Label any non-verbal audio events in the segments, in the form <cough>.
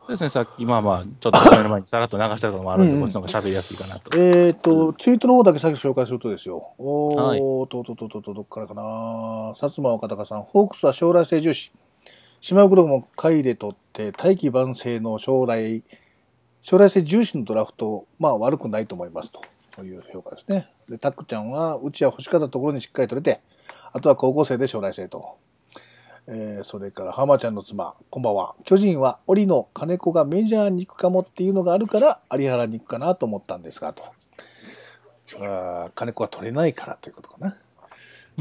そうですね、さっき、まあまあ、ちょっと目の前にさらっと流したこともあるんで、うんうんこっちの方が喋りやすいかなと。えっ、と、ツイートの方だけ先紹介するとですよ。おー、はいと、と、と、と、と、どっからかな。薩摩岡高さん、ホークスは将来性重視。島袋も買いで取って、大器晩成の将来、将来性重視のドラフト、まあ悪くないと思いますと。という評価ですね。で、タックちゃんは、うちは欲しかったところにしっかり取れて、あとは高校生で将来性と。えーそれから、浜ちゃんの妻、こんばんは。巨人は、折の金子がメジャーに行くかもっていうのがあるから、有原に行くかなと思ったんですが、と。あー金子は取れないからということかな。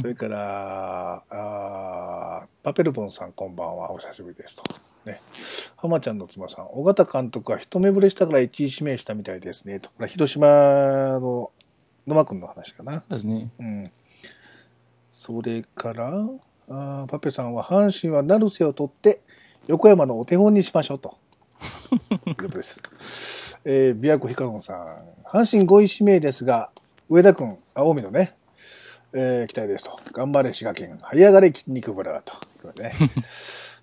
それから、あーパペルボンさん、こんばんは。お久しぶりですと。ね。浜ちゃんの妻さん、尾形監督は一目惚れしたから一位指名したみたいですね。と。これは広島の野間君の話かな。そうですね。うん。それから、あーパペさんは阪神は成瀬を取って横山のお手本にしましょうと。ということです。えー、琵琶湖ひかのさん、阪神5位指名ですが、上田君、あ、近江のね、えー期待ですと。頑張れ、滋賀県。這い上がれ、筋肉ブラと。という <laughs> ことでね、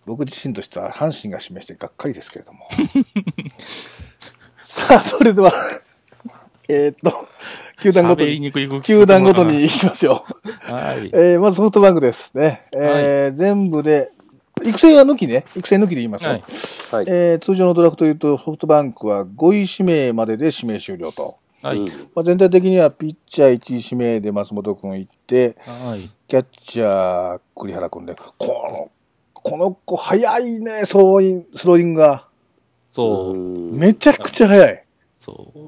僕自身としては阪神が指名してがっかりですけれども。 <laughs> さあ、それでは、えーっと、球団ごと喋りににくい動きす球ると団思ごうなとに。行きますよ。はい。えーまずソフトバンクですね。えー全部で、育成は抜きね。育成抜きで言いますよ。はいはい。えー通常のドラフトで言うと、ソフトバンクは5位指名までで指名終了と。はい。うんまあ、全体的にはピッチャー1位指名で松本君行って、はい。キャッチャー栗原君で、この、この子早いね、スローインスローイングが。そう。うんめちゃくちゃ早い。そう。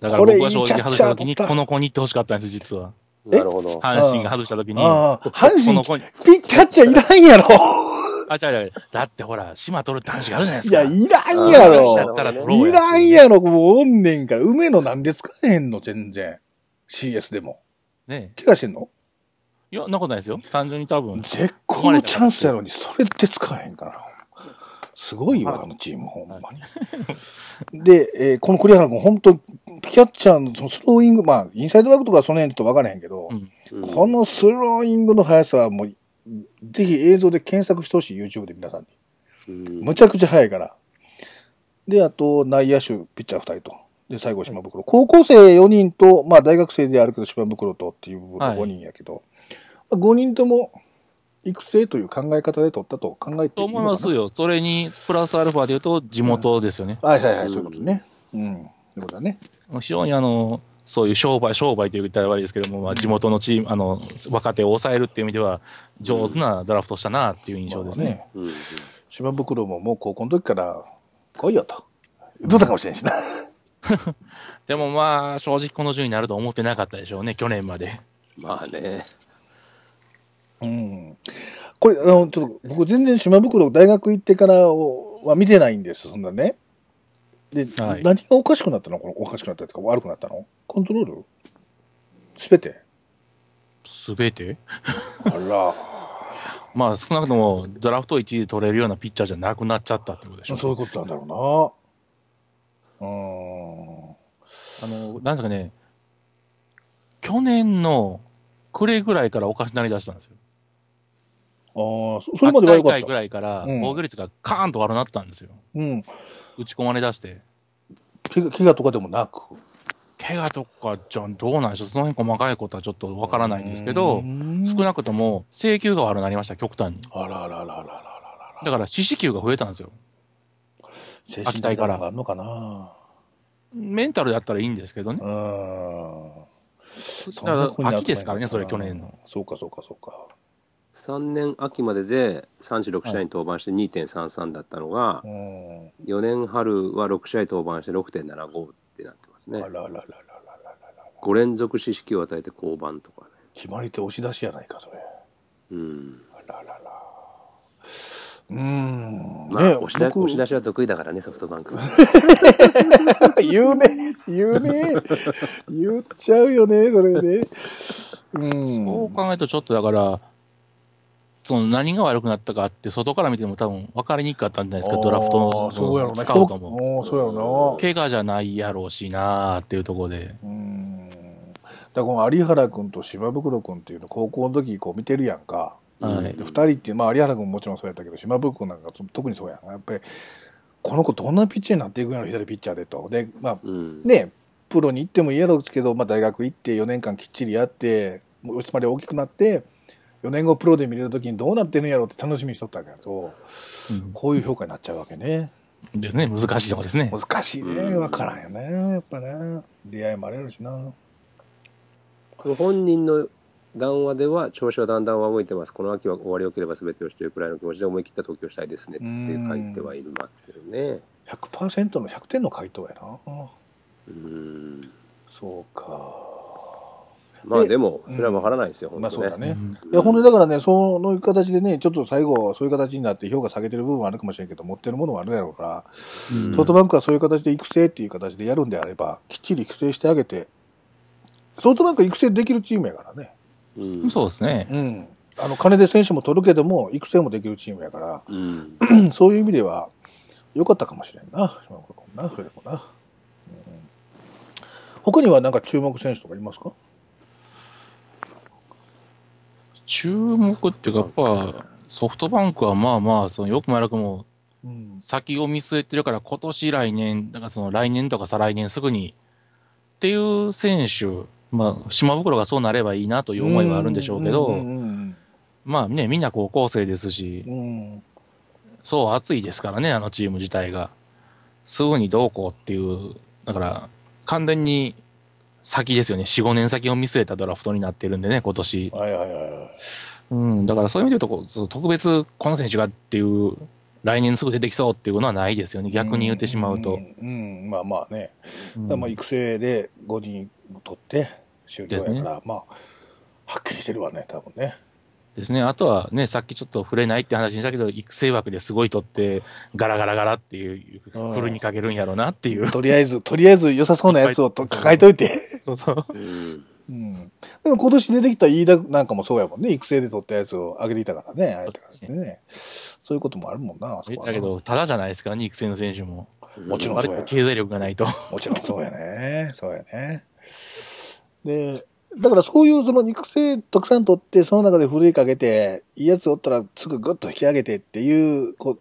だから僕これいはい正直外した時に、キャッチャーだったこの子に行ってほしかったんです、実は。なるほど。阪神が外した時に、こああ、阪の神、子に、ピッキャッチャーいらんやろ。あ、違う違う。だってほら、島取るって話があるじゃないでいすか。や、いらんやろ。だったら取ろういやらんやろ、もうおんねんから。梅野なんで使えへんの、全然。CS でも。ね怪我してんのいや、そんなことないですよ。単純に多分。絶好のチャンスやのに、それって使えへんから。すごいわ、あのチーム、ほんまに。で、えーこの栗原君、本当キャッチャーのそのスローイング、まあ、インサイドバックとかその辺ちょっと分からへんけど、うんうんこのスローイングの速さはもう、ぜひ映像で検索してほしい、YouTube で皆さんに。うんむちゃくちゃ速いから。で、あと、内野手、ピッチャー2人と。で、最後、島袋。高校生4人と、まあ、大学生であるけど、島袋とっていう部分のはい5人やけど、まあ5人とも、育成という考え方で取ったと考えてといいの思かいなますよ。それに、プラスアルファで言うと、地元ですよね。はいはいはい、そういうことね。うん。そういうことだね。非常にあの、そういう商売、商売という言ったら悪いですけども、まあ、地元のチーム、あの、若手を抑えるっていう意味では、上手なドラフトしたなっていう印象ですまあね。。うんうん島袋ももう高校の時から、来いよと。どうだかもしれんしな。でもまあ、正直この順位になると思ってなかったでしょうね、去年まで。まあね。うんこれ、あの、ちょっと、僕全然島袋大学行ってからをは見てないんです、そんなね。で、はい何がおかしくなったのこのおかしくなったとか悪くなったのコントロールすべて。すべてあら。まあ、少なくとも、ドラフト1位で取れるようなピッチャーじゃなくなっちゃったってことでしょ <laughs> そういうことなんだろうな。うーあん。の、なんですかね、去年の暮れぐらいからおかしなりだしたんですよ。ああ、そそれまで悪秋か大会っぐた。らいから、うん防御率がカーンと悪なったんですよ。うん。打ち込まれ出して。怪我怪我とかでもなく。怪我とかじゃんどうなんでしょうその辺細かいことはちょっとわからないんですけど、少い。なくとも請求が悪くなりました、極端に。あらあらあらあらあらあら。だから四死球が増えたんですよ。精神大会的なかのらがあるのかな。メンタルだったらいいんですけどねう。ーん。だから秋ですからね、それ去年の。。そうか、そうか、そうか。 3年秋までで36試合に登板して2.33だったのがう、ん。 4年春は6試合登板して6.75ってなってますねあらあ。らあらあらあらあら。 5連続四死球を与えて降板とかね。決まり手押し出しやないか、それ。うん。あらあらあら。うーん。まあ、押し出僕押し出しは得意だからね、ソフトバンク。 <laughs> 言うね。言うね。言っちゃうよね、それね。うん。そう考えるとちょっとだから、その何が悪くなったかって、外から見ても多分分かりにくかったんじゃないですか、ドラフあトーそうやろのな。スカウトも。おーそうやろな。怪我じゃないやろうしなーっていうところで。うん。だからこの有原君と島袋君っていうの高校の時こう見てるやんはか。いで2人って、まあ、有原君ももちろんそうやったけど島袋君なんかそ特にそうやんやっぱりこの子どんなピッチャーになっていくんやろ、左ピッチャーでと。で、まあ、うん。ね、プロに行ってもいいやろうけど、まあ、大学行って4年間きっちりやって、もうつまり大きくなって、4年後プロで見れるときにどうなってるんやろうって楽しみにしとったけど、うんこういう評価になっちゃうわけね。ですね、難しいとこですね。難しいね。わからんよね。やっぱね。出会いもあれやろしな。本人の談話では、調子はだんだん上向いてます。この秋は終わりよければ全てをしているくらいの気持ちで思い切った投球をしたいですねって書いてはいますけどね。 100%の100点の回答やな。うん。そうか。まあででも、それは分からないですよ、まあ本そう当だね。ね。うんいや、ほんでだからね、その形でね、ちょっと最後、そういう形になって評価下げてる部分はあるかもしれんけど、持ってるものはあるやろうから、うんソフトバンクはそういう形で育成っていう形でやるんであれば、きっちり育成してあげて、ソフトバンクは育成できるチームやからね。うんそうですね。うん。あの、金で選手も取るけども、育成もできるチームやから、 <clears throat> うん。うんそういう意味では、良かったかもしれんな。島村君な、それでもな。うん他にはなんか注目選手とかいますか注目っていうか、やっぱ、ソフトバンクはまあまあ、そのよくもやらくも、うん。先を見据えてるから、今年来年、だからその来年とか再来年すぐにっていう選手、まあ、島袋がそうなればいいなという思いはあるんでしょうけうんど、うんまあね、みんな高校生ですしう、んうん。うんそう熱いですからね、あのチーム自体が。すぐにどうこうっていう、だから、完全に先ですよね、4、5年先を見据えたドラフトになってるんでね、今年。はいはいはいはい。うん、だからそういう意味で言うとこうそう、特別この選手がっていう、来年すぐ出てきそうっていうのはないですよね、逆に言ってしまうと。んうんうんまあまあね、うんだからまあ育成で5人取って終了やから、ですねまあはっきりしてるわね多分ねですね。あとはね、さっきちょっと触れないって話にしたけど、育成枠ですごい取って、ガラガラガラっていう、うんふるにかけるんやろうなっていう。とりあえずとりあえず良さそうなやつをといっぱい抱えといて、そうそう。うんうん、でも今年出てきた飯田なんかもそうやもんね育成で取ったやつを上げてきたからねあえてそうですねそういうこともあるもんな <laughs> あそこはだけど、ただじゃないですからね、育成の選手も。もちろんあそうやれ、経済力がない <laughs> と。もちろんそうやね。そうやね。で、だからそういうその肉声たくさん取って、その中でふるいかけて、いいやつおったらすぐグッと引き上げてっていう、こう、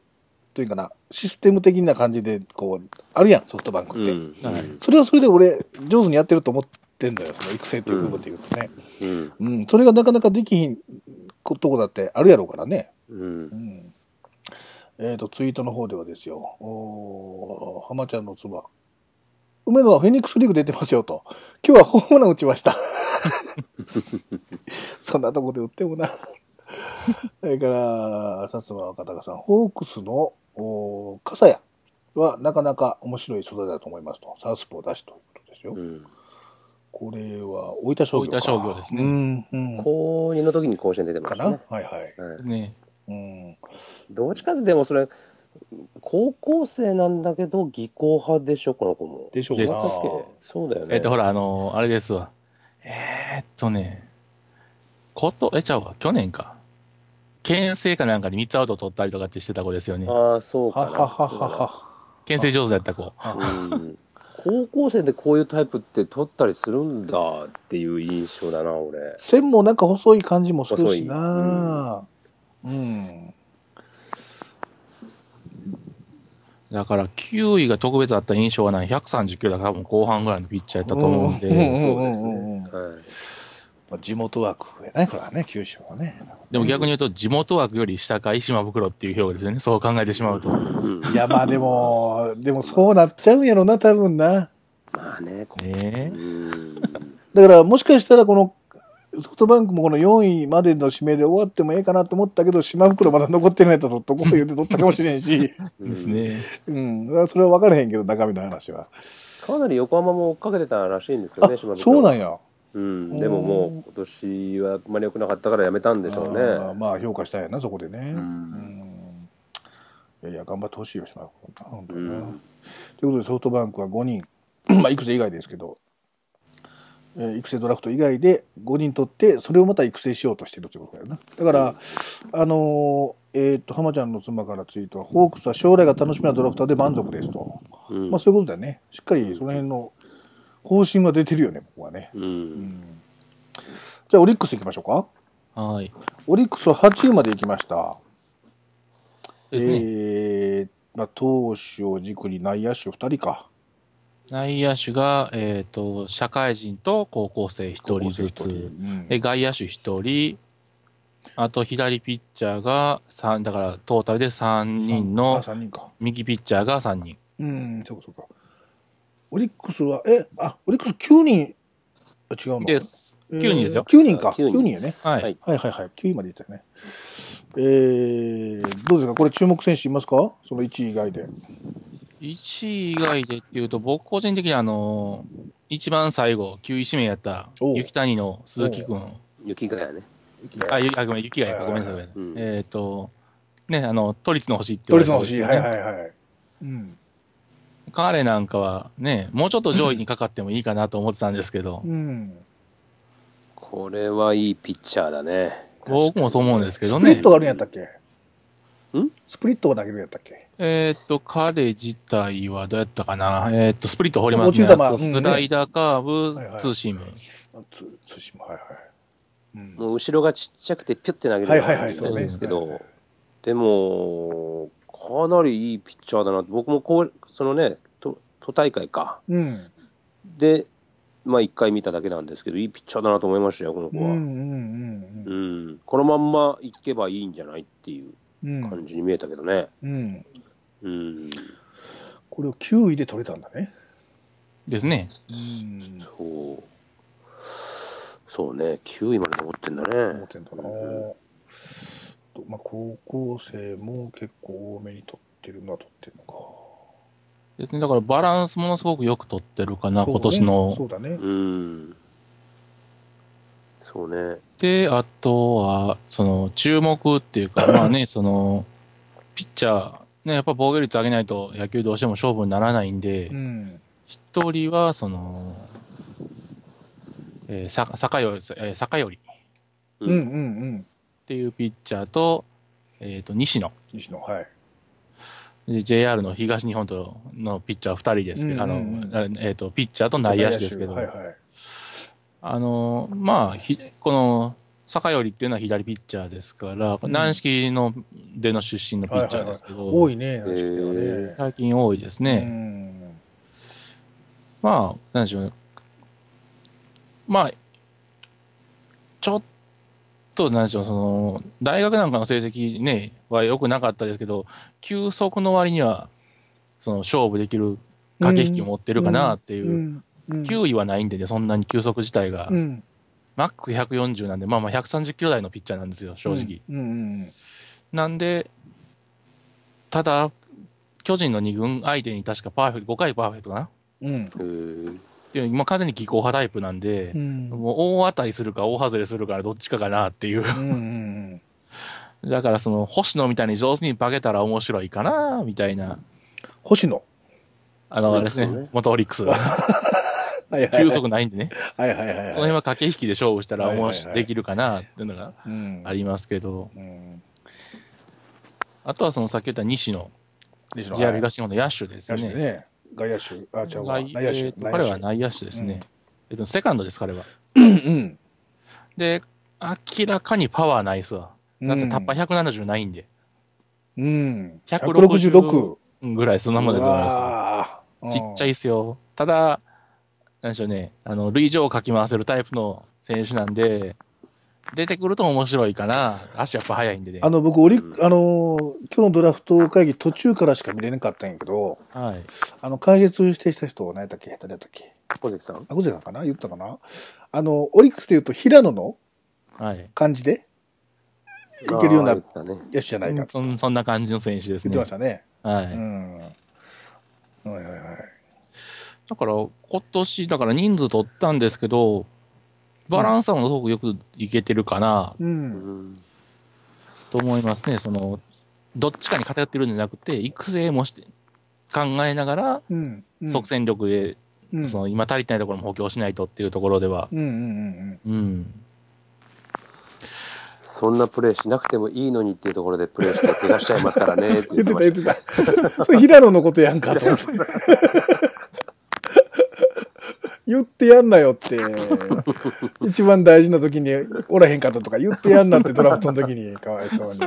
というかな、システム的な感じで、こう、あるやん、ソフトバンクって。うんはいそれはそれで俺、上手にやってると思ってんだよ、その育成っていう部分で言うとね。うんうん、それがなかなかできひんことこだってあるやろうからね。うんうんえっ、と、ツイートの方ではですよ、おー浜ちゃんの妻。梅野はフェニックスリーグ出てますよと。今日はホームラン打ちました。 <laughs> そんなとこで打ってもな。それから、薩摩若隆さん、ホークスの、おー笠谷はなかなか面白い素材だと思いますと。サウスポーだしということですよ。うんこれは、大分商業か。大分商業ですねうん、うん。高2の時に甲子園出てまかしなたね。はいはい。はいね。うん。どっちかってでもそれ高校生なんだけど技巧派でしょこの子も。でしょうでかすだっけそうだよね。えっと、ほら、あのーあれですわ。えーっとね、こと、え、ちゃうわ、去年か。県制かなんかで3つアウト取ったりとかってしてた子ですよね。ああそうかはな。はははは。県制上手やった子。うん高校生でこういうタイプって取ったりするんだっていう印象だな俺。線もなんか細い感じもするしなうん、だから、9位が特別あった印象はない。130キロだから多分後半ぐらいのピッチャーやったと思うんで。うんそうですねうんうんうんはいまあ地元枠やねこれはね九州はねでも逆に言うと、地元枠より下か島袋っていう評価ですよね。そう考えてしまうと。うんいやまあでも <laughs> でもそうなっちゃうんやろな多分なまあね。こねうんだからもしかしたらこのソフトバンクもこの4位までの指名で終わってもええかなと思ったけど島袋まだ残ってないととこう言うて取ったかもしれんし、 <laughs> え。です。ね。うん、それは分からへんけど中身の話はかなり横浜も追っかけてたらしいんですよあね、島袋そうなんやうん、でももう今年はあんまり良くなかったからやめたんでしょうね。あーまあ評価したんやなそこでね、うんいやいや、頑張ってほしいよ、島田君な本当うにな。んということで、ソフトバンクは5人、 <clears throat> まあ、育成以外ですけど、えー育成ドラフト以外で5人取って、それをまた育成しようとしてるということだよな。だから、あのーえっ、と、浜ちゃんの妻からツイートは、ホークスは将来が楽しみなドラフトで満足ですと。うんまあ、そういうことだよね。しっかりその辺の方針が出てるよね、ここはね。ううんんじゃあ、オリックス行きましょうか。はい。オリックスは8位まで行きました。ですね。えーまあ、投手を軸に内野手2人か。内野手が、えっ、と、社会人と高校生一人ず高校生一つ。人うんで、外野手一人。あと、左ピッチャーが三だから、トータルで三人あの、三人か。右ピッチャーが三人。うん、そうかそうか。オリックスは、え、あ、オリックス9人、あ違うのです。9人ですよ。 9人か。あ九9人人やね。ははいい。はいはいはい。9位までいったよね。えー、どうですかこれ注目選手いますかその1位以外で。 1位以外でっていうと、僕個人的にあの、一番最後、9位指名やった、おう雪谷の鈴木くん。雪がやね。あ、ゆあごめん、雪谷か。ごめんなさい、ごめんなさい。うんえっ、と、ね、あの、都立の星って言ドわれリスてのるんですよ星。はいねはいはい。うん。彼なんかはね、もうちょっと上位にかかってもいいかなと思ってたんですけどう、ん。これはいいピッチャーだね。僕もそう思うんですけスどプリねット。があるんやったっけんスプリットを投げるんやったっけえっ、と、彼自体はどうやったかな。えっ、と、スプリット放ります落ちね。る球あとうんねスライダー、カーブ、はいはいツーシーム。あつ対馬はいはい。うんもう後ろがちっちゃくてピュって投げるはいはいはいそうそうねですけど、でも、かなりいいピッチャーだなって、僕もこう、そのね、都都大会か。うん。で、まあ一回見ただけなんですけど、いいピッチャーだなと思いましたよ、このう子んうは。んうん、このまんまいけばいいんじゃないっていううんうん。感じに見えたけどね。うん。うん、これを9位で取れたんだね。ですね。うん。そう。そうね、9位まで残ってんだ思ねっ。てんだな、とまあ、高校生も結構多めに取ってるのは取ってるのかですね。だからバランスものすごくよく取ってるかな、そうね今年の。そうだねうん。そうね。で、あとは、その、注目っていうか、 <coughs> まあね、その、ピッチャー、ね、やっぱ防御率上げないと野球どうしても勝負にならないんでう、ん一、人は、その、えー、さ、坂より、えー、坂よりっうんうんうんていうピッチャーと、えっ、と、西野。西野はいで JR の東日本とのピッチャー二人ですけど、うんうんうんあの、あれえっ、と、ピッチャーと内野手ですけど、はいはいあの、まあ、ひこの、坂よりっていうのは左ピッチャーですから、ん軟式のでの出身のピッチャーですけど、多いねー軟式ではね最近多いですうね。んまあ、なんでしょうね。まあ、ちょっと、なんでしょう、その、大学なんかの成績ね、は良くなかったですけど、球速の割には、その、勝負できる駆け引きを持ってるかなっていうう、んうん9位はないんでね、そんなに球速自体が、うんマックス140なんで、まあまあ130キロ台のピッチャーなんですよ、正直。うんうんうんなんで、ただ、巨人の2軍相手に確かパーフェクト、5回パーフェクトかなうんへーっていう、今完全に技巧派タイプなんで、うんもう大当たりするか大外れするかどっちかかなっていう。 <laughs> うんうんだからその、星野みたいに上手に化けたら面白いかな、みたいな。星野あの、あれですそうねね、元オリックス。はいはいはい球速ないんでね。はいはいはいはいその辺は駆け引きで勝負したら面はいはいは白いい、できるかな、っていうのがうんありますけど。うんあとはその、さっき言った西野、西野 JR はい東日本の野手です野手ね。ね外野手あ違うわ外内え野手ーと彼は内野内野手ですね。えっと、セカンドです、彼は。手うんで、明らかにパワーないっすわ。うんだってタッパー170ないんで、うん166ぐらいそんなもんだと思いまますす。ちっちゃいい。っすよ。ただ、なんでしょうね、あの、類上をかき回せるタイプの選手なんで、出てくると面白いかな。足やっぱ速いんでねあ。の、僕、オリックあのー、今日のドラフト会議途中からしか見れなかったんやけど、はい。あの、解説してした人は何やったっけ誰やったっけ小関さんあ、ごぜさんかな言ったかなあの、オリックスで言うと平野のはい。感じでいけるようなあー言ってたね野手じゃないかってそんそんな感じの選手です言っねてまはし。たね。うい。ん。はいはいはい。だから、今年、だから人数取ったんですけど、バランスはものすごくよくいけてるかなう。うんんと思いますね。その、どっちかに偏ってるんじゃなくて、育成もして、考えながら、うん。うん即戦力で、うんその、今足りてないところも補強しないとっていうところでは、うんうんうんうん。そんなプレーしなくてもいいのにっていうところでプレーして怪我しちゃいますからねってうん。言言っっててまた言したってた。それ平野のことやんかと思って。言ってやんなよって。一番大事な時におらへんかったとか言ってやんなってドラフトの時にかわいそうに。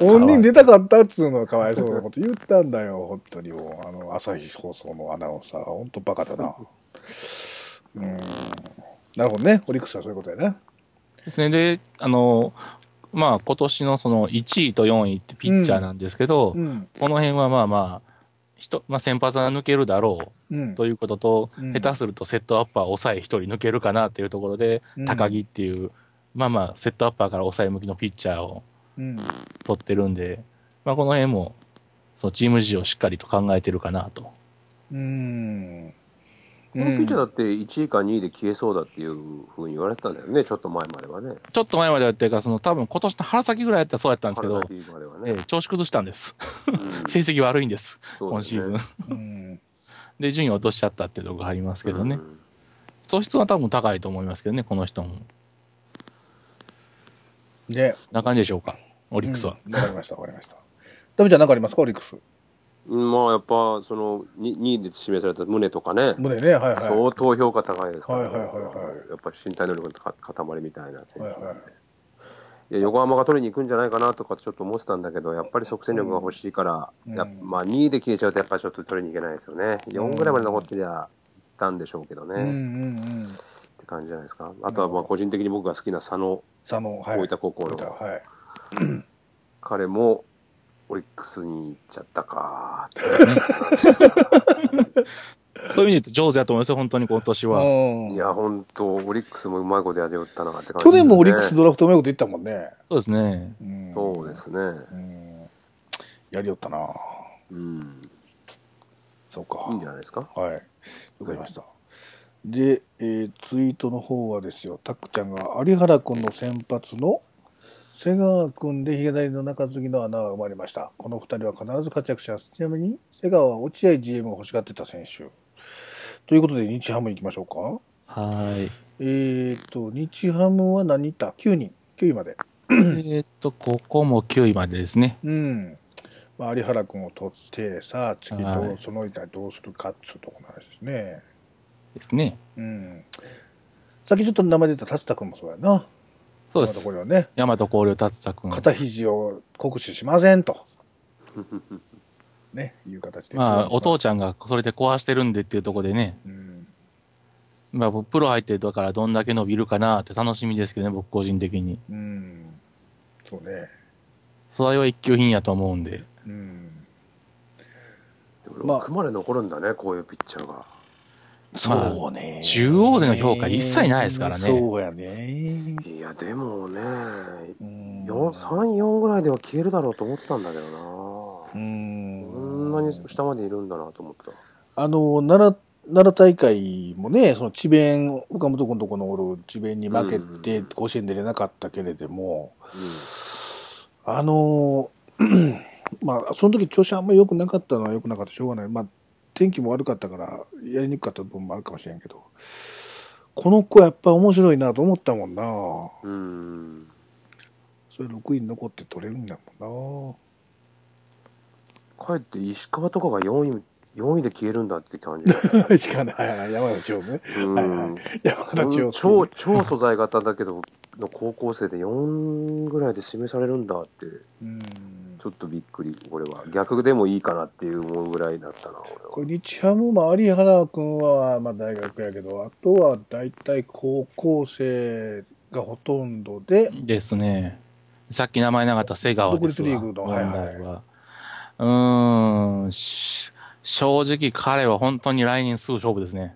本人出たかったっつうのはかわいそうなこと言ったんだよ、本当にもう。あの、朝日放送のアナウンサー、本当バカだな。うーん。なるほどね。オリックスはそういうことやね。ですね。で、あの、まあ今年のその1位と4位ってピッチャーなんですけど、うん。この辺はまあまあ、人まあ、先発は抜けるだろうんう。ということと、うん下手するとセットアッパー抑え1人抜けるかなっていうところで、うん高木っていう、まあまあ、セットアッパーから抑え向きのピッチャーをうん。取ってるんで、まあ、この辺もそのチーム事情をしっかりと考えてるかなと。うん。このピッチャーだって1位か2位で消えそうだっていうふうに言われてたんだよね、ちょっと前まではね。ちょっと前までやってるから、その多分今年の春先ぐらいやったらそうやったんですけど、春先まではえねえ調子崩したんです。うん成績悪いんです、そうだ今よねシーズン。うん。で、順位を落としちゃったっていうところがありますけどね。うん素質は多分高いと思いますけどね、この人も。で、な感じでしょうか、オオリックスは。。わかりました、わかりました。ダメちゃん何かありますか、オリックス。うんまあやっぱそのに2位で指名された宗とかね、胸ね、はいはい。相当評価高いですから、はいはいはいはいやっぱ身体能力のか塊みたいな選手はいなんで、はいいや横浜が取りに行くんじゃないかなとかちょっと思ってたんだけど、やっぱり即戦力が欲しいから、うんやっぱまあ、2位で消えちゃうと、やっぱりちょっと取りに行けないですよね、4ぐらいまで残ってりゃいたんでしょうけどね、うんうっんうん。て感じじゃないですか、あとはまあ個人的に僕が好きな佐野、佐野、はい。大分高校大の、分はい。彼もオリックスに行っちゃったかーってそういう意味で言うと上手だと思いますよ、本当に今年は。うんいや、本当、オリックスもうまいことやりよったなって感じ、去年もオリックス。ドラフトうまいこといったもんね。そうですね。うんそうで。すね。うんやりよったな。うん。そうか。いいんじゃないですか。 <laughs> はい。わかりました。で、えーツイートの方はですよ、たっくちゃんが、有原君の先発の瀬川君で髭りの中継ぎの穴が埋まりました。この二人は必ず活躍します。ちなみに、瀬川は落合 GM を欲しがってた選手。ということで、日ハム行きましょうか。はい。えっ、と、日ハムは何人いた ?9 人。9位まで。えーっと、ここも9位までですね。うん。まあ、有原君を取って、さあ、次どはうい、その板どうするかっていうところの話ですね。ですね。うん。さっきちょっと名前出た達田君もそうやな。そうでこのとすこ。ろはね、大和光陵達太君。肩肘を酷使しませんと、ね、いう形で。まあ、お父ちゃんがそれで壊してるんでっていうところでね、うん。まあ、プロ入ってだからどんだけ伸びるかなって楽しみですけどね、僕個人的に。うん。そうね。素材は一級品やと思うんで。うん。まあまあ、まで残るんだね、こういうピッチャーが。そうね。中央での評価一切ないですからねそうやね。いや、でもね、うん。四三四ぐらいでは消えるだろうと思ったんだけどうな。ん。こんなに下までいるんだなと思った。あの、奈良、奈良大会もね、その智弁、岡本君のとこのおる智弁に負けて、うん甲子園出れなかったけれども、うあのーまあ、その時調子あんまり良くなかったのは良くなかったしょうがない。まあ、天気も悪かったから、やりにくかった部分もあるかもしれんけど、この子やっぱ面白いなと思ったもんな。ん。うん。それ6位に残って取れるんだもかえって石川とかが四位、四位で消えるんだって感じ。 <laughs> んな。しかない。山田千代ね。うはいはいん。山田千代。超超素材型だけどの高校生で4ぐらいで示されるんだってうん。ちょっとびっくり俺は逆でもいいかなっていう思うぐらいだったなこ俺れは日ハムも有原君は、まあ、大学やけど、あとは大体高校生がほとんどで、ですね。さっき名前なかった瀬川ですわ。独立リーグのはいはい問題はうーん、し正直彼は本当に来年すぐ勝負ですね。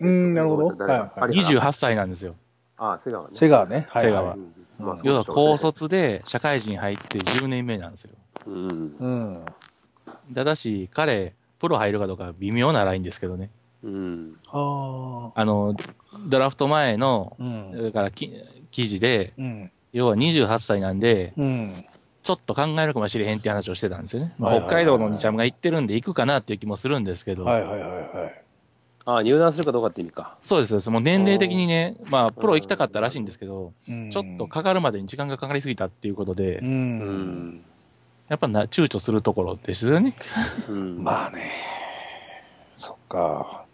うん、なるほど。誰がはいはい有原28歳なんですよ。ああ瀬川ね瀬川ね。瀬川うんうんまあそうでしょ要うねは高卒で社会人入って10年目なんですよ。うんうん。ただし、彼、プロ入るかどうか微妙なラインですけどね。うんああ。あの、ドラフト前の、うん。だからき記事で、うん。要は28歳なんで、うん。ちょっと考えるかもしれへんっていう話をしてたんですよね。まあはいはい北海道の日ハムが行ってるんで行くかなっていう気もするんですけど、はいはいはいはい。ああ入団するかどうかって意味かそうですそうです。もう年齢的にね、まあ、プロ行きたかったらしいんですけど、うんちょっとかかるまでに時間がかかりすぎたっていうことで、う。うんんやっぱな躊躇するところですよね。うんまあね。そっか。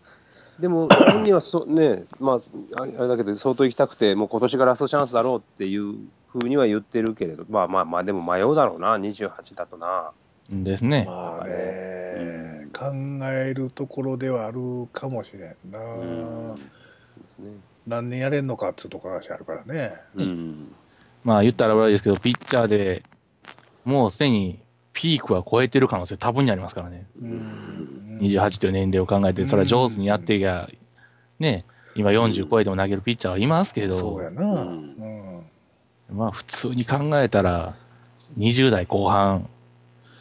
でも本人はそねまああれあれだけど相当行きたくてもう今年がラストチャンスだろうっていう風には言ってるけれど、まあまあまあ、でも迷うだろうな、28だとな。ですね。まあね、うん考えるところではあるかもしれんな、うん。ですね。何年やれんのかっつうとこ話あるからねうん。まあ言ったら悪いですけど、ピッチャーでもうすでにピークは超えてる可能性多分にありますからね。うん28という年齢を考えて、それは上手にやってりゃ、ね、今40超えても投げるピッチャーはいますけそうやど、な、ううんまあ普通に考えたら、20代後半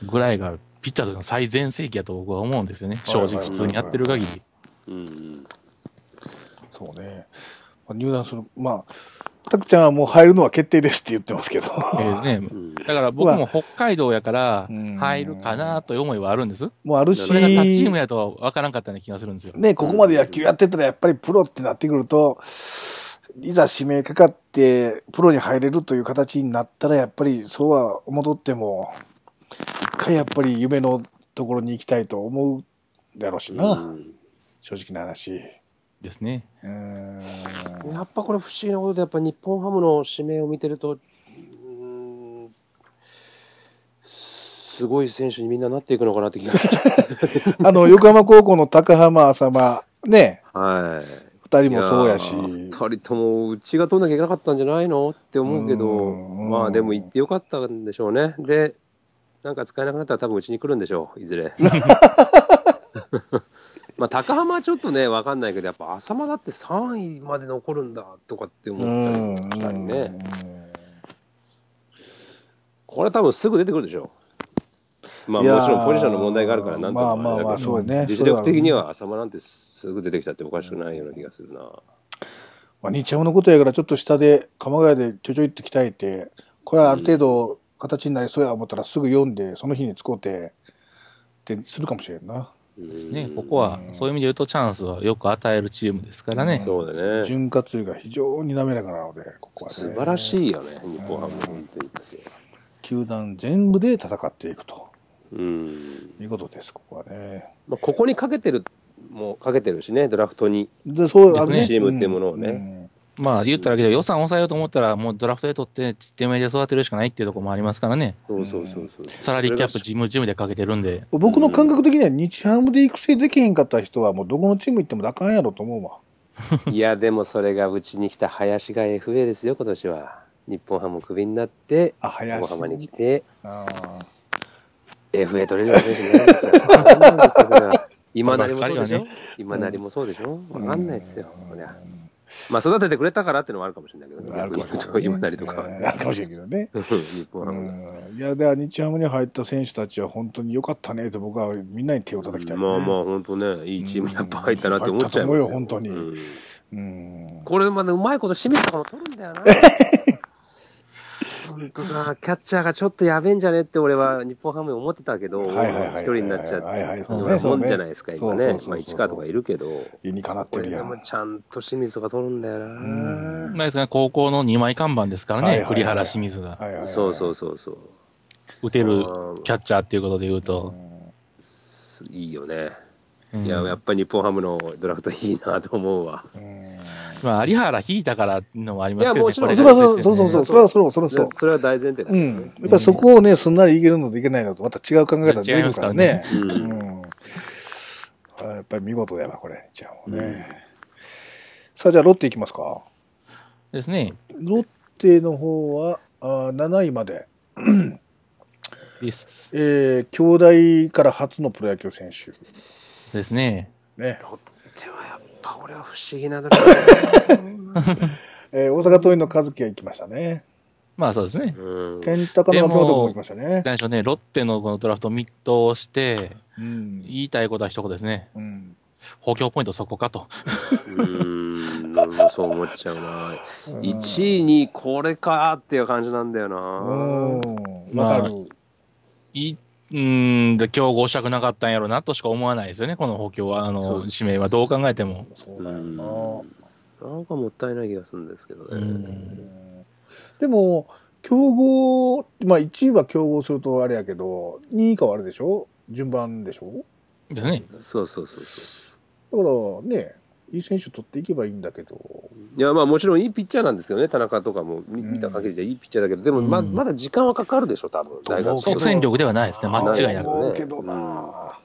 ぐらいがピッチャーとしての最前世紀やと僕は思うんですよね。正直普通にやってる限り。うん。そうね、まあ、入団するまあたくちゃんはもう入るのは決定ですって言ってますけど、えーねうんだから僕も北海道やからうん入るかなという思いはあるんです。もうあるしそれが他チームやとは分からんかったような気がするんですよ。ね、ここまで野球やってたらやっぱりプロってなってくると、いざ指名かかってプロに入れるという形になったらやっぱりそうは戻っても、一回やっぱり夢のところに行きたいと思うだろうしな、うん正直な話。ですね。うーんやっぱこれ不思議なことで、やっぱ日本ハムの指名を見てると、うーんすごい選手にみんななっていくのかなって気がしちゃ <laughs> あの、横浜高校の高浜浅間、ね、う。はい。二人もそうやし。いー二人ともうちが取んなきゃいけなかったんじゃないのって思うけど、うんまあでも行ってよかったんでしょうね。で、なんか使えなくなったら多分うちに来るんでしょう、いず <laughs> れ。まあ高浜はちょっとね、わかんないけど、やっぱ浅間だって3位まで残るんだとかってう思んったりしたりね。これ多分すぐ出てくるでしょう。まあいやーもちろんポジションの問題があるからなんとかまあまあまあだけどそうね実力的には浅間なんてすぐ出てきたっておかしくないような気がするな。まあ、日ハムのことやから、ちょっと下で、鎌ヶ谷でちょちょいって鍛えて、これはある程度形になりそうや思ったらすぐ読んで、その日に使うて、ってするかもしれんな。でですね。ここは、そういう意味で言うとチャンスはよく与えるチームですからね。そうだね。潤滑油が非常に滑らかなので、ここはね。素晴らい。しいよね、日本ハム、本当に。球団全部で戦っていくとうん。いうことです、ここはね。まあ、ここにかけてる、もうかけてるしね、ドラフトに。で、そでう、すねあのチームっていうものをねうんまあ言ったらけど予算抑えようと思ったらもうドラフトで取って、ちってめで育てるしかないっていうところもありますからね。そうそうそうそう。サラリーキャップジムジムでかけてるんで。僕の感覚的には日ハムで育成できへんかった人はもうどこのチーム行ってもあかんやろと思うわ。いや、でもそれがうちに来た林が FA ですよ、今年は。日本ハムクビになって、あ、早横いし。浜に来て、あー FA 取れるような選手になるんで <laughs> すよ。わかんないですよそれは今なりもそうでしょこればっかりはね今なりもそうでしょわかんないですよ。こりゃまあ育ててくれたからっていうのもあるかもしれないけどね、逆に言うと今なりとかはね。あるかもしれんけどね。うん日本ハムがうんいや、では日ハムに入った選手たちは本当に良かったねと僕はみんなに手を叩きたい、ね。まあまあ、本当ね、いいチームやっぱ入ったなって思っちゃいま入すったと思うよ本当にうんうん。これまでうまいこと清水とかも取るんだ <laughs> よな。本当さ、キャッチャーがちょっとやべえんじゃねって俺は日本ハムに思ってたけど、はいはいはいはい一人になっちゃっはいはいて、そうね俺はそうねもんじゃないですか、今そうそうねそう。そうまあ、市川とかいるけど、理にかなって俺るやでん。もちゃんと清水とか取るんだようんな。ないですね、高校の2枚看板ですからね、はいはいはい栗原清水が。はいはいはいそうそうそうそう。打てるうんキャッチャーっていうことで言うと。いいよね。うんいや、やっぱり日本ハムのドラフトいいなと思うわ。うんまあ有原引いたからのもありますけどいやもね、ちろこそんうれそうそうそうそう、それはそれはそれはそう。それは大前提だうよねん。やっぱりそこをね、すんなりいけるのといけないのとまた違う考え方で違いきまるすかかららねね。うんあやっぱり見事だわ、これ。じゃあもうね。さあ、じゃあロッテいきますか。ですね。ロッテの方は、あー7位まで。です。えー、兄弟から初のプロ野球選手。ですね。ね。でもやっぱ俺は不思議なドラフ <laughs> トだな。えー、大阪桐蔭の和樹が行きましたね。まあそうですね。うん健高の京都も行きましたね。何でしょうね、ロッテのこのドラフトを見通して、うん。言いたいことは一言ですね。うん。補強ポイントそこかと。うーん、俺もそう思っちゃうな。1位にこれかっていう感じなんだようんな。。わかる。いうんで今日合着なかったんやろなとしか思わないですよね、この補強は、あそうの、で指名はどう考えても。そううだよんな。なんかもったいない気がするんですけどうね。ん。でも、競合、まあ1位は競合するとあれやけど、2位以下はあれでしょ順番でしょですね。そうそうそうそだからね、いい選手取っていけばいいんだけど、いや、まあもちろんいいピッチャーなんですよね、田中とかも見うん見た限りじゃいいピッチャーだけど、でもま,、うんまだ時間はかかるでしょ、多分大学即戦力ではないですね、間違いなく。思うけどな、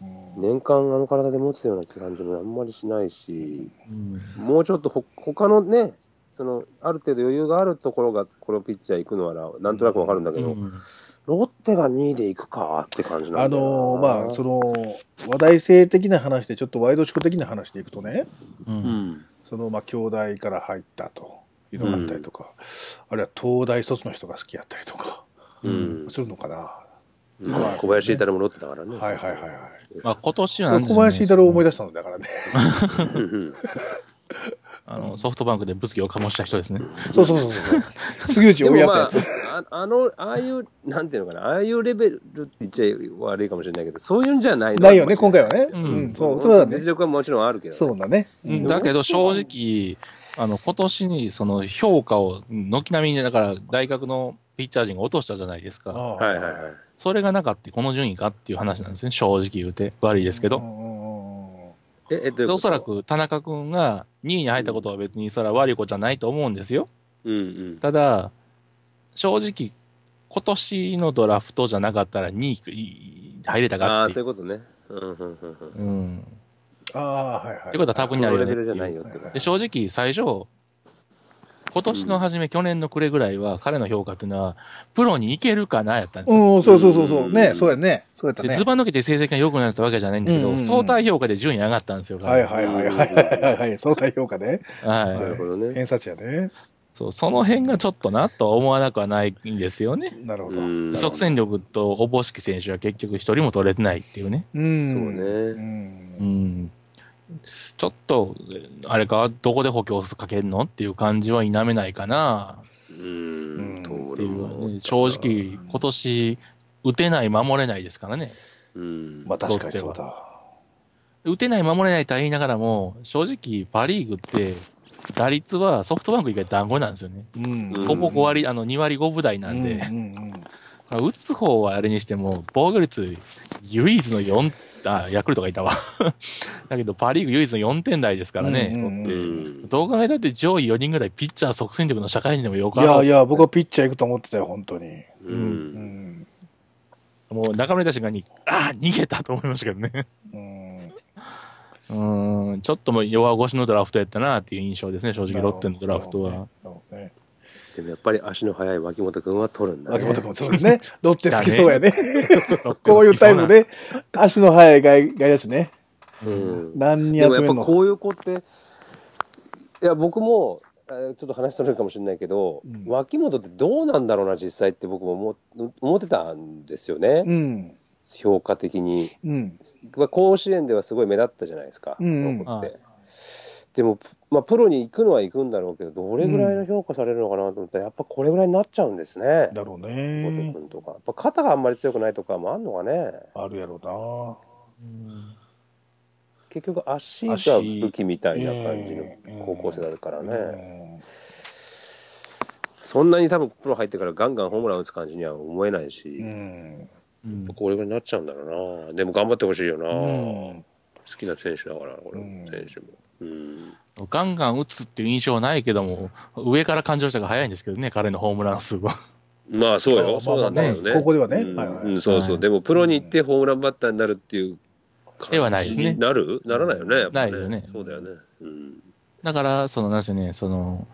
うん年間あの体で持つような感じもあんまりしないし、うんもうちょっとほ他のね、そのある程度余裕があるところが、このピッチャー行くのはななんとなくわかるんだけど、ロッテが2位で行くかって感じなあんだよのなまあ、その話題性的な話で、ちょっとワイドショー的な話でいくとね、ううんん、そのまあ兄弟から入ったというのがあったりとか、あるいは東大卒の人が好きやったりとかうんするのかな、うん小林いたるもロッテだからね。 <laughs> はいはいはいはいまあ今年はこなれん小林太郎を思い出出したのだからねうんうんあのソフトバンクで物議を醸した人ですね。そうそうそうそう杉内で追もいやったまやあつ、、あ <laughs> あの、ああいう、なんていうのかな、ああいうレベルって言っちゃ悪いかもしれないけど、そういうんじゃないのないよね今回はね、ううんんそうそれはね実力はもちろんあるけど、そうだね、ううんんだけど正直、あの今年にその評価を軒並みにだから大学のピッチャー陣が落としたじゃないですか。ああはいはいはい。それがなかったこの順位かっていう話なんですね、正直言うて。悪いですけうど。んうんうんうんえ、えでおそら。く田中君が2位に入ったことは別にそれは悪いことじゃないと思うんですよ。どういうことただ、正直、今年のドラフトじゃなかったら2位入れたうんうん。あかあ、ってそういいうう。ことね。うんうんうんうん。うん。ああはいはいってことは多分になるよねこのレベルじっゃてないいよう。ってことで、正直、最初、今年の初め、去年の暮れぐらいは、彼の評価っていうのは、プロに行けるかな、やったんですよ。うん、そうそうそうそうう。んね、そうやね。そうやったでねず。ば抜けて成績が良くなったわけじゃないんですけど、うんうんうん相対評価で順位上がったんですよ、彼はいはいはいはいはいはいはい。相対評価ね。はいなるほどね。偏差値やね。そうその辺がちょっとなとは思わなくはないんですよね。なるほど。うん。うん即戦力とおぼしき選手は結局一人も取れてないっていうね。そそうねうん。うん。ちょっと、あれか、どこで補強かけるのっていう感じは否めないかなううんん。っっていう、ね、正直、今年、打てない、守れないですからね。うん。まあ確かにそうだ。打てない、守れないとは言いながらも、正直、パ・リーグって、打率はソフトバンク以外団子なんですよね。うんうんほぼ5割、あの、2割5分台なんで。うんうんうん打つ方はあれにしても、防御率唯一の4、あ、ヤクルトがいたわ。 <laughs> だけど、パ・リーグ唯一の4点台ですからね、うんうんうんロうッテん。どう考えたって上位4人ぐらいピッチャー即戦力の社会人でもよいかろやういや、僕はピッチャー行くと思ってたよ、本当に。う。うんん。もう中村たちがに、ああ、逃げたと思いましたけどね。うん。うーん、ちょっともう弱腰のドラフトやったなっていう印象ですね、正直ロッテのドラフトは。なるほどね。でもやっぱり足の速い脇本君は取るんだ秋ね。元君、そうですね。ロッテ好好ききだねそうや <laughs> ね。ロッテこのうい好うきタそイうなプ。ね。足の速い外外野手ね。うん。何にで集もめやっるぱのこういう子って、いや、僕も、えーちょっと話取れるかもしれないけど、うん脇本ってどうなんだろうな、実際って僕も思思ってたんですよね、うん。評価的に。うん。まあ甲子園ではすごい目立ったじゃないですか、うんこの子ってはでも、まあ、プロに行くのは行くんだろうけど、どれぐらいの評価されるのかなと思ったら、やっぱこれぐらいになっちゃうんですね、だろう後藤ね。君とか。やっぱ肩があんまり強くないとかもあんのかね。あるやろううん結局足が武器みたいな感じの高校生だからね、な。うんそんなに多分プロ入ってからガンガンホームラン打つ感じには思えないし、うん。うんこれぐらいになっちゃうんだろうなでも頑張ってほしいよな、うん好きな選手だからこれ、うん選手も、うん、ガンガン打つっていう印象はないけども、上から感情したが早いんですけどね、彼のホームラン数は。まあそうよ、あそうなんだよねまあまあねここではねうんはいはいうんそうそう、はいでもプロに行ってホームランバッターになるっていう感じではないですねになるならないよねやっぱないですよねそうだよねうんだから、その、なんですよね、その、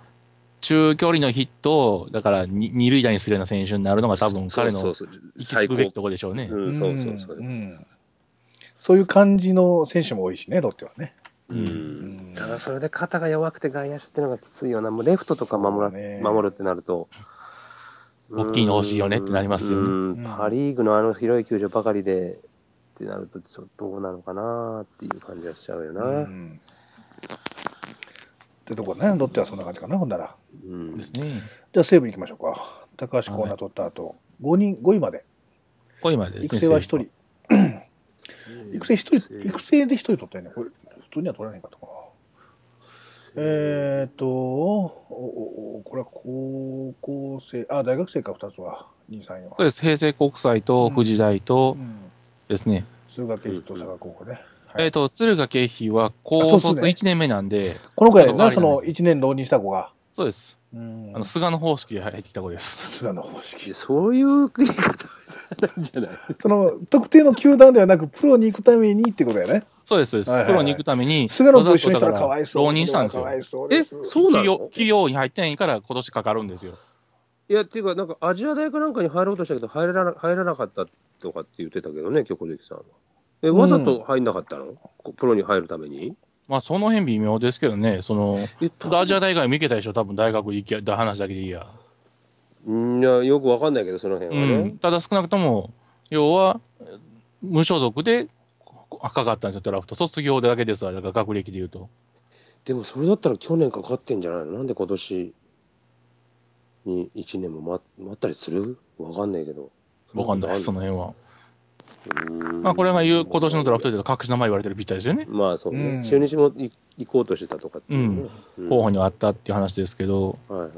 中距離のヒットを、だからに二塁打にするような選手になるのが多分彼のそう行そうそうき最着高くべきとこでしょうね。うんそうそうそう、んそういう感じの選手も多いしね、ロッテはね。うんただそれで肩が弱くて外野手ってのがきついよな、もうレフトとか守ら、そうね守るってなると、 <laughs> 大きいの欲しいよねってなりますよねうんうんパ・リーグのあの広い球場ばかりでってなると、ちょっとどうなのかなっていう感じがしちゃうよな。ううんんってとこね、ロッテはそんな感じかな、ほんなら。ですね。じゃあ西武行きましょうか。高橋コーナー取った後、5人、5位まで。これ今ですね。育成は1人。育成一人、育育成で1人取ったよね。これ、普通には取らないかとかな。えーっと、おおおこれは高校生、あ、大学生か、2つは。2、3、そう4。です。平成国際と富士大とうんですね。数学系と佐賀高校ね。はいえっ、と、鶴ヶ経費はあ高そうっす卒ね1年目なんで、この子やねんあな、のその1年浪人した子が。そうです。うんあの、菅の方式で入ってきた子です。菅野方式。そういう言い方じゃないんじゃない <laughs> その、特定の球団ではなく、プロに行くためにってことやね。そうです、そうです。はいはいはいプロに行くために、菅野と一緒にしたらかわいそう。浪人したんですよかわいそうえ、です。そうな企業の企業に入ってないから今年かかるんですよ。いや、っていうか、なんかアジア大かなんかに入ろうとしたけど、入らな入らなかったとかって言ってたけどね、曲力さんは。え、わざと入んなかったの、こプロに入るためにまあ、その辺微妙ですけどね、その、え、アジア大会も行けたでしょ、多分大学行きや、だ話だけでいいや。うんいや、よくわかんないけど、その辺はね。うん、ただ少なくとも、要は、無所属で、こ赤かったんですよ、ドラフト。卒業だけですわ、だから学歴で言うと。でも、それだったら去年かかってんじゃないのなんで今年に1年も待待ったりするわかんないけど。わかんないです、その辺は。うんまあ、これが言う、今年のドラフトで言うと、隠し名前言われてるピッチャーですよね。まあそうね、うん中日もい行こうとしてたとかっていうね、うん候補にはあったっていう話ですけど、はいはい、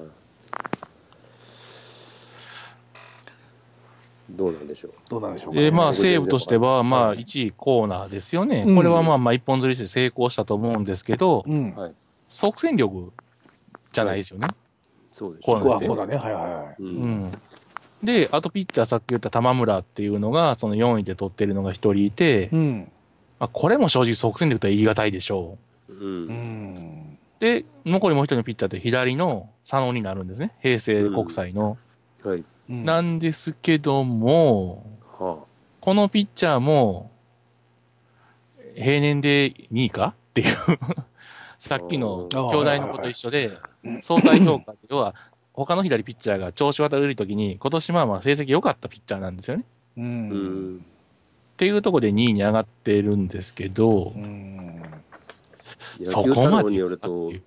どうなんでしょう、どうなんでしょうかね。で、まあ、せ西武としては、まあ、はい1位コーナーですよねうん。これはまあ、まあ、一本釣りして成功したと思うんですけど、うん。はい、即戦力じゃないですよね。そうでしこょうこなはんでこうだね。はいはいはい。ううんん。で、あとピッチャー、さっき言った玉村っていうのが、その4位で取ってるのが1人いて、うん。まあ、これも正直即戦力とは言い難いでしょううんん。う。で、残りもう一人のピッチャーって左の佐野になるんですね。平成国際の。はいうんなんですけども、はこのピッチャーも、平年で2位かっていう、 <laughs> さっきの兄弟の子と一緒で、相対評価、要は、他の左ピッチャーが調子悪い時に、今年まあまあ成績良かったピッチャーなんですよね。う。あうんんっていうところで2位に上がってるんですけどう、ん。そ野球こ太ま郎でによ行るくかってという。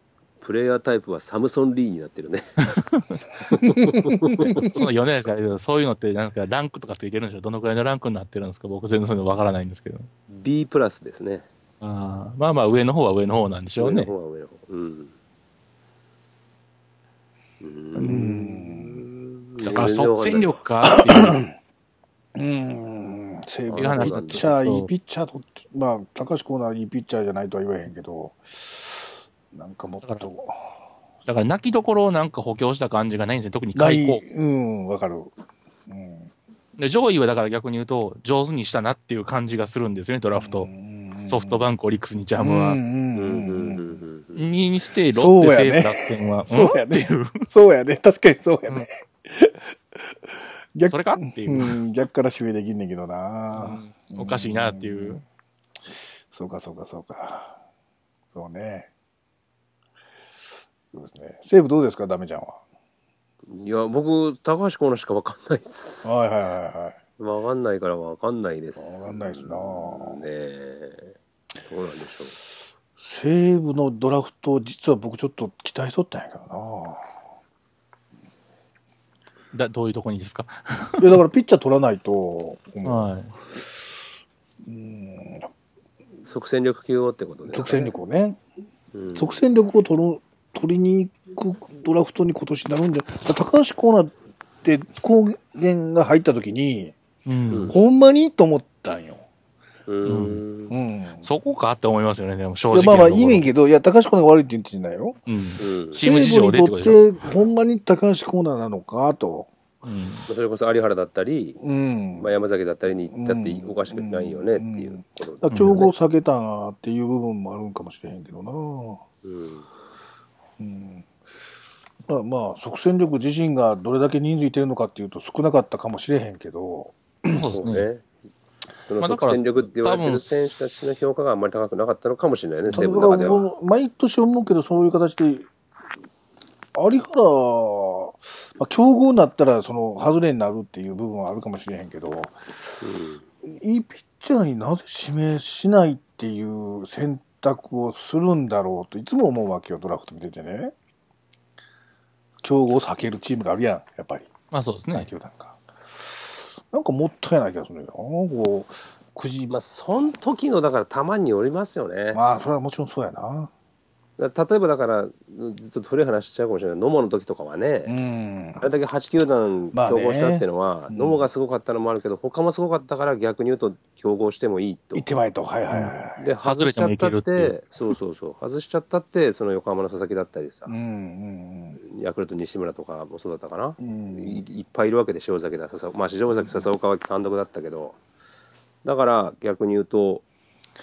プレイヤータイプはサムソン・リーになってるねその4年ですから、 <laughs> そういうのって、なんかランクとかついてるんでしょどのくらいのランクになってるんですか僕全然そういうのわからないんですけど。 B プラスですねあーまあまあ、上の方は上の方なんでしょ上うのね。方は上の方うんううんんだから即戦力かっていう。 <clears throat> うん。西武いうの話ピなんッですチけャどー、いいピッチャーと、まあ、高橋コーナーいいピッチャーじゃないとは言わへんけど、なんかもっだかと、だから泣きどころをなんか補強した感じがないんですね。特にな開い口。うん、わかる。うん。で上位はだから逆に言うと、上手にしたなっていう感じがするんですよね、ドラフト。ソフトンバンク、オリックス、日クハムは。うんうんうんうんうんににして、ロッテ、そう西武、やね楽天は。そうやんっねていう。そうやね。確かにそうやね。逆それかっていうう。ん、逆から指名できんねんけどな。うんおかしいなっていう。そうか、そうか、そうか。そうね。そうですね。西武どうですか、ダメちゃんは。いや僕高橋コーナーしかわかんないですはいはいはいはい。わかんないからわかんないです。わかんないですなねえ。どうなんでしょう。西武のドラフト、実は僕ちょっと期待しとったんやけどだどういうとこにですか、な。いや、だからピッチャー取らない <laughs> と、はい。うん、即戦力級をってことです即かね、戦力をね、うん即戦力を取る取りに行くドラフトに今年なるんで、高橋コーナーって高原が入った時に、うん。ほんまにと思ったんよ。うん。うん。ん。そこかって思いますよね、でも正いや直まあなとまころ。あいいねんけど、いや、高橋コーナーが悪いって言ってんじゃないよ。うん。うんチーム事情でってことでしょ西武にとって、ほんまに高橋コーナーなのかと。うんそれこそ有原だったり、うん。まあ、山崎だったりに行ったってうんおかしくないよねっていうことだだから競合下げたっていう部分もあるんかもしれへんけどな。うん。うん。まあまあ、即戦力自身がどれだけ人数いてるのかっていうと少なかったかもしれへんけど、そうですね。ね。そのまあだか即ら戦力って言われて多る分選手たちの評価があんまり高くなかったのかもしれないね、た西だ武の中では。僕毎年思うけど、そういう形で、有原、まあ、競合になったら、その、外れになるっていう部分はあるかもしれへんけど、いいピッチャーになぜ指名しないっていう選択をするんだろうといつも思うわけよ、ドラフト見ててね。競合を避けるチームがあるやん、やっぱり。まあそうですね。球団か。なんかもったいない気がするのよな。こう、くじうん、まあ、その時の、だから、たまによりますよね。まあ、それはもちろんそうやな。だ例えばだから、ずっと古い話しちゃうかもしれない野茂の時とかはね、うんあれだけ8球団まあ競ね合したっていうのは、うん野茂がすごかったのもあるけど、他もすごかったから、逆に言うと、競合してもいいと行っ。てまいと。はいはいはい。で外れてもいけるっていう外しちゃったってそうそうそう、外しちゃったって、その横浜の佐々木だったりさう、んヤクルト西村とかもそうだったかな、うんうん。いいっぱいいるわけで、塩崎だ、笹岡まあ、塩崎、笹岡は単独だったけど、だから逆に言うと、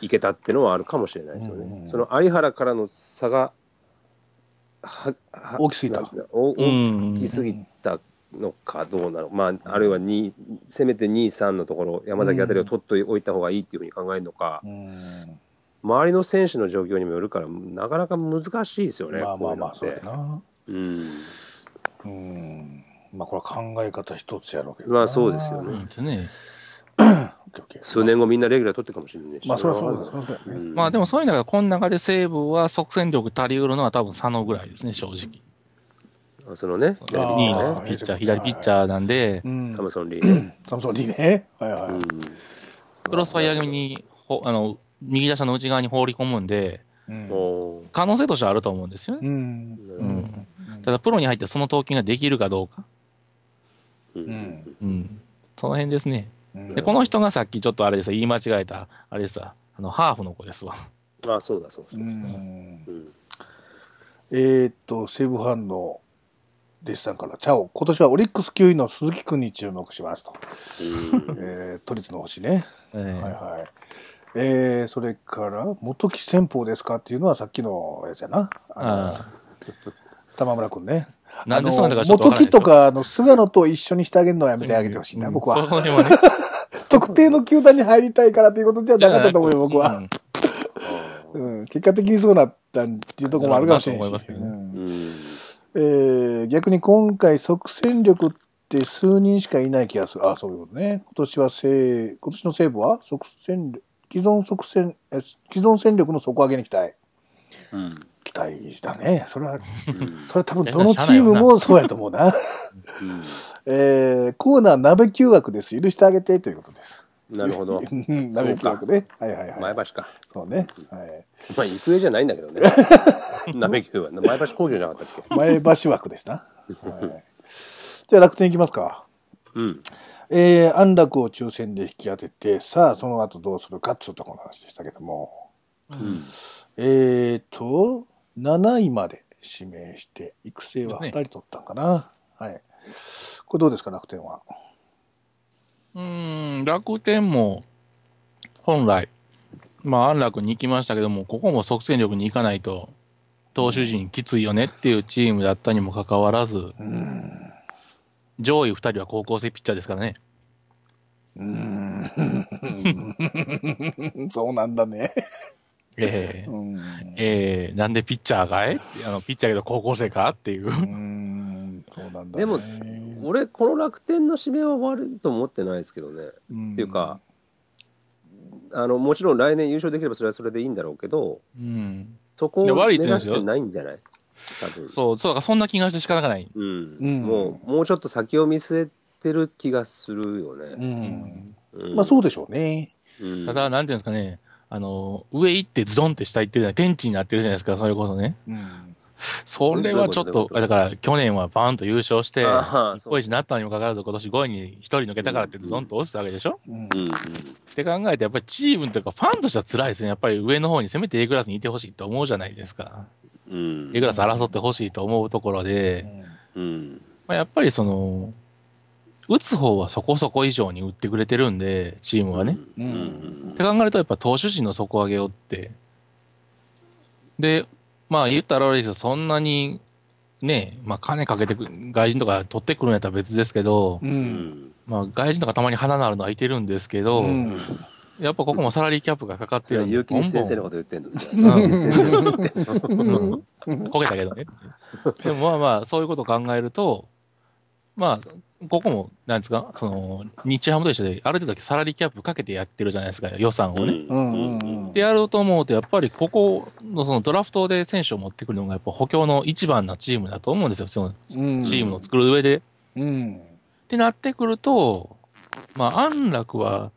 いけたってのはあるかもしれないですよね。うんうんその相原からの差がはは大きすぎたなんていうのおうん大きすぎたのかどうなの、まあ、あるいはにせめて2、3のところ、山崎あたりを取っておいた方がいいっていうふうに考えるのか、うん周りの選手の状況にもよるから、なかなか難しいですよね、まあまあまあ、こそうういうのやってな。うんうん。まあこれは考え方一つやろうけどな。まあそうですよねうんとね。オッケーオッケー数年後みんなレギュラー取ってるかもしれないし。まあそりゃそうだ。そりゃそうだよね。まあでもそそういう中、この中で西武は即戦力足りうるのは多分佐野ぐらいですね、正直。うん、そのね、そあーの2位のピッチャー、左ピッチャーなんでう、んサ。ムソンリーね。サムソンリーね。はいはういん。クロスファイア気味に、ほあの、右打者の内側に放り込むんで、うん。おー可能性としてはあると思うんですよね。うん。う。うんただ、プロに入ってその投球ができるかどうか。ん。うん。その辺ですね。うんで、この人がさっきちょっとあれですよ言い間違えた、あれですわ。あの、ハーフの子ですわ。まあそうだ、そううだ。んうんえーっと、西武ファンの弟子さんから、チャオ、今年はオリックス9位の鈴木君に注目しますと。えー、都立の星ね。えはいえはい。えー、それから、元木戦法ですかっていうのはさっきのやつやな。ああの玉村君ね。あなんでそうなんだかちょっとわからない元木ですよとか、あの、菅野と一緒にしてあげるのはやめてあげてほしいな、うん僕そのは。辺 <laughs> はね。特定の球団に入りたいからということじゃなかったと思うよ、僕うは。んうん。結果的にそうなったっていうところもあるかもしれななるほどなと思いまいし。すけどねうんうんえー逆に今回即戦力って数人しかいない気がする。あ、そういうことね。今年は西、今年の西部は即戦力、既存即戦、え既存戦力の底上げに期待。うん期待だね。それ <laughs> は、うんそれは多分どのチームもそうやと思う <laughs> な。うんえーコーナー鍋球枠です。許してあげてということです。なるほ <laughs> ど。うん鍋球枠ね。はいはいはい。前橋か。そうね。はい。まあ、育英じゃないんだけどね。なめきゅうは。前橋工業じゃなかったっけ前橋枠ですな。はい、じゃあ楽天いきますか。うん。えー安楽を抽選で引き当てて、さあ、その後どうするかっつうところの話でしたけども、うん。えーと、7位まで指名して、育成は2人取ったんかな。はい。これどうですか、楽天は。うん、楽天も、本来、まあ安楽に行きましたけども、ここも即戦力に行かないと、投手陣きついよねっていうチームだったにもかかわらず、うん。上位2人は高校生ピッチャーですからね。うん。 <laughs> そうなんだね。ええうん。ええなんでピッチャーかいってあのピッチャーやけど高校生かっていう。うんそうなんだね。でも俺、この楽天の指名は悪いと思ってないですけどね。んっていうか、あのもちろん来年優勝できればそれはそれでいいんだろうけど、うん。そこいをや悪目いって言う指んですよしてないんじゃない多分そう、そうだからそんな気がして仕方がない。うんうんもうもうちょっと先を見据えてる気がするようね。ん。うんまあそうでしょうね。うんただ、なんていうんですかね、あの、上行ってズドンって下行ってるじゃない、天地になってるじゃないですか、それこそね。うん。それはちょっどういとうこ、とだから去年はバーンと優勝して、あは日本一になったにもかかわらず、今年5位に1人抜けたからってズドンと落ちたわけでしょ、うんうんうんって考えて、やっぱりチームというかファンとしては辛いですね。やっぱり上の方にせめて A クラスにいてほしいと思うじゃないですか。うん A クラス争ってほしいと思うところで、うんまあ、やっぱりその、打つ方はそこそこ以上に打ってくれてるんで、チームはね。ううんんって考えると、やっぱ投手陣の底上げをって。で、まあ言ったらあれですけど、そんなに、ね、まあ金かけてく、外人とか取ってくるんやったら別ですけどう、。うんんまあ外人とかたまに花のあるのはいてるんですけど、うんやっぱここもサラリーキャップがかかっそてれるはん結で、城先生のボこと言ってんのンボンうんう <laughs> ん焦げたけどね。でもまあまあ、そういうことを考えると、まあ、ここも、なんですか、その、日ハムと一緒で、ある程度サラリーキャップかけてやってるじゃないですか、予算をね。ううんんううんんってやろうと思うと、やっぱりここのそのドラフトで選手を持ってくるのが、やっぱ補強の一番なチームだと思うんですよ、そのチうんームを作る上で。うんってなってくると、まあ、安楽は、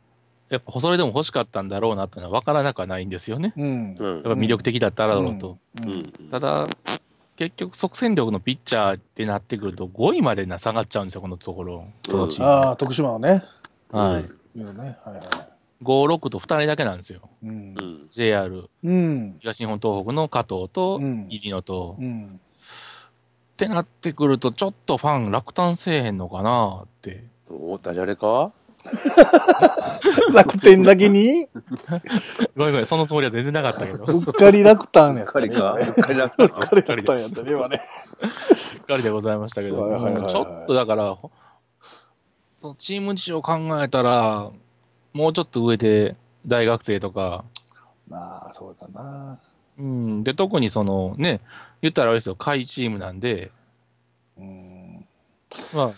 やっぱそれでも欲しかったんだろうなというのは分からなくはないんですよね。うん。うんやっぱ魅力的だったらだろうと。うん。うんただ、結局即戦力のピッチャーってなってくると5位までな下がっちゃうんですよ、このところ。どのチームああ、徳島はね。はうい。いいよね。はいはい。 5、6と2人だけなんですよ。うんう。ん JR うん。東日本東北の加藤とうん入野と、うっん。てなってくるとちょっとファン落胆せえへんのかなっておダジャレか楽天だけに、ごめんごめんそのつもりは全然なかった <laughs> けどうっかり楽天やうっったかりね。かうっかりだっうたっかり楽天やったね、今ね。しっかりでございましたけど、はいはいはいはいちょっとだからほそのチーム事情を考えたらもうちょっと上で大学生とか、まあ、そうだな。うん、で特にそのね言ったらあれですよ下位チームなんでうん。ま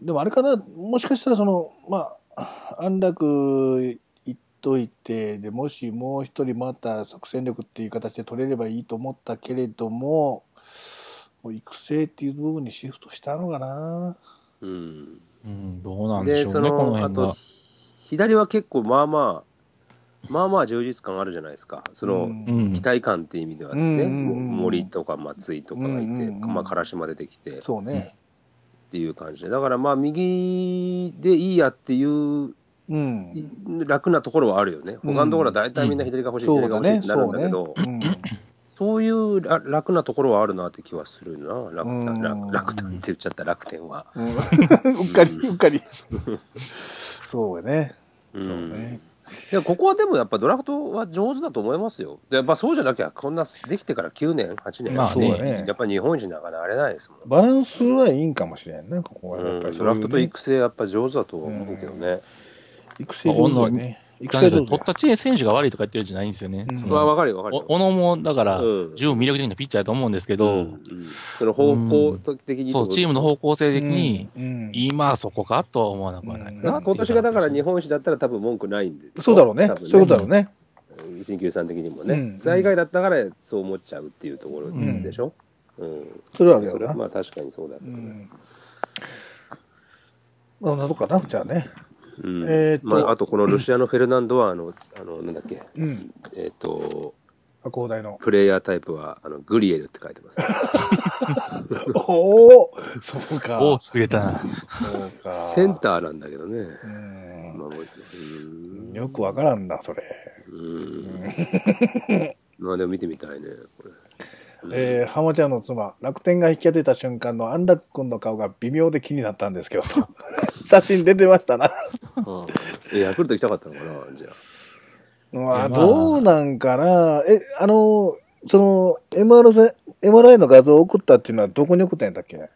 でもあれかな、もしかしたらその、まあ、安楽行っといて、で、もしもう一人また即戦力っていう形で取れればいいと思ったけれども、もう育成っていう部分にシフトしたのかな。うんあ、うん、どうなんででしょうそねこののあ辺とが。左は結構まあまあまあまあ充実感あるじゃないですかその、うんうん期待感っていう意味ではね、うんうんうんうん森とか松井とかがいて、うんうんうんまあ、からしま出てきてっそうね。ていう感じでだからまあ右でいいやっていううん。い楽なところはあるよねうん他のところは大体みんな左が欲しい、そう左がだ欲しいねっ、てなるそんうだけね。ど、うんそういうら楽なところはあるなって気はするな楽う天ん楽楽天って言っちゃった楽天は。うんうっかり、うっかり。そうやね。うんそうね。でもここはでもやっぱドラフトは上手だと思いますよ。やっぱそうじゃなきゃ、こんなできてから9年、8年、まあねそうだねやっぱ日本人なんかなれないですもん。バランスはいいんかもしれんね、ここはやうっんぱりそドういうね、ラフトと育成、やっぱ上手だとは思うけどね。育成上手だね。育成取上手っだた知恵選手が悪いとか言ってるんじゃないんですよね。うんそわ、のわかるよ、わかるよ。おのも、だからうん、十分魅力的なピッチャーだと思うんですけうどん、うんその方向的に、そう、チームの方向性的に、うんうん今はそこかとは思わなくはないかなっていう感じ。今年がだから日本史だったら多分文句ないんで。そうだろうね多。分そういうことだろうね。新旧さん的にもね、うん在外だったからそう思っちゃうっていうところでしょ、うんそれはあるそよれなは。まあ確かにそうだけうどね、ん。そんなとこかな、じゃあね。うんえーっとまあ、あとこのロシアのフェルナンドはあの、あのなんだっけ、うん。えーっと、白鵬大 <laughs> の。プレイヤータイプはあのグリエルって書いてます、おおそうか。大きく出たな。 <laughs> そうか。センターなんだけどね、うまんあもううんよくわからんな、それ。うん、まあでも見てみたいね、これ。えー、ハモちゃんの妻、楽天が引き当てた瞬間の安楽君の顔が微妙で気になったんですけど、<laughs> と写真出てましたな。あ <laughs> あえヤクルト行きたかったのかな、じゃあ。うわ、いやまあどうなんかな。え、あの、その、MR せ、MRI の画像を送ったっていうのはどこに送ったんやったっけ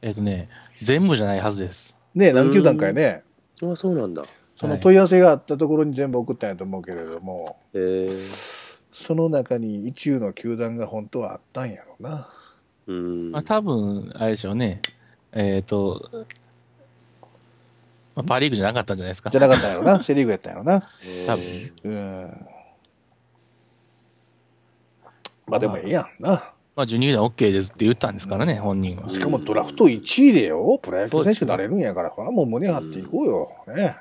えっとね、全部じゃないはずです。ねえ、何球団かやね。ああそうなんだ。そのはい問い合わせがあったところに全部送ったんやと思うけれども、えーその中に一中の球団が本当はあったんやろうな。うんまあ多分、あれでしょうね。えっと、まあパリーグじゃなかったんじゃないですかじ。ゃなかったんやろう <laughs> な。セリーグやったんやろうな。多分。うん。まあでもええやんな。まあ、ジュニアは OK ですって言ったんですからね、本人は。しかもドラフト1位でよ、プロ野球選手になれるんやから、ほらもう胸張っていこうよ。ね。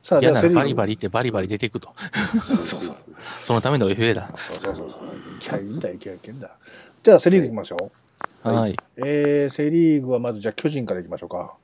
さあ、じ嫌ゃあなセらリバリーバグ。リってバリバリ出てくと。 <laughs> そうそう。 <laughs> そのための FA だ。そうそうそうそう。いや、いいんだよ、いけんいけんだ。じゃあ、セ・リーグ行きましょう。はい。えー、セ・リーグはまず、じゃあ、巨人から行きましょうか。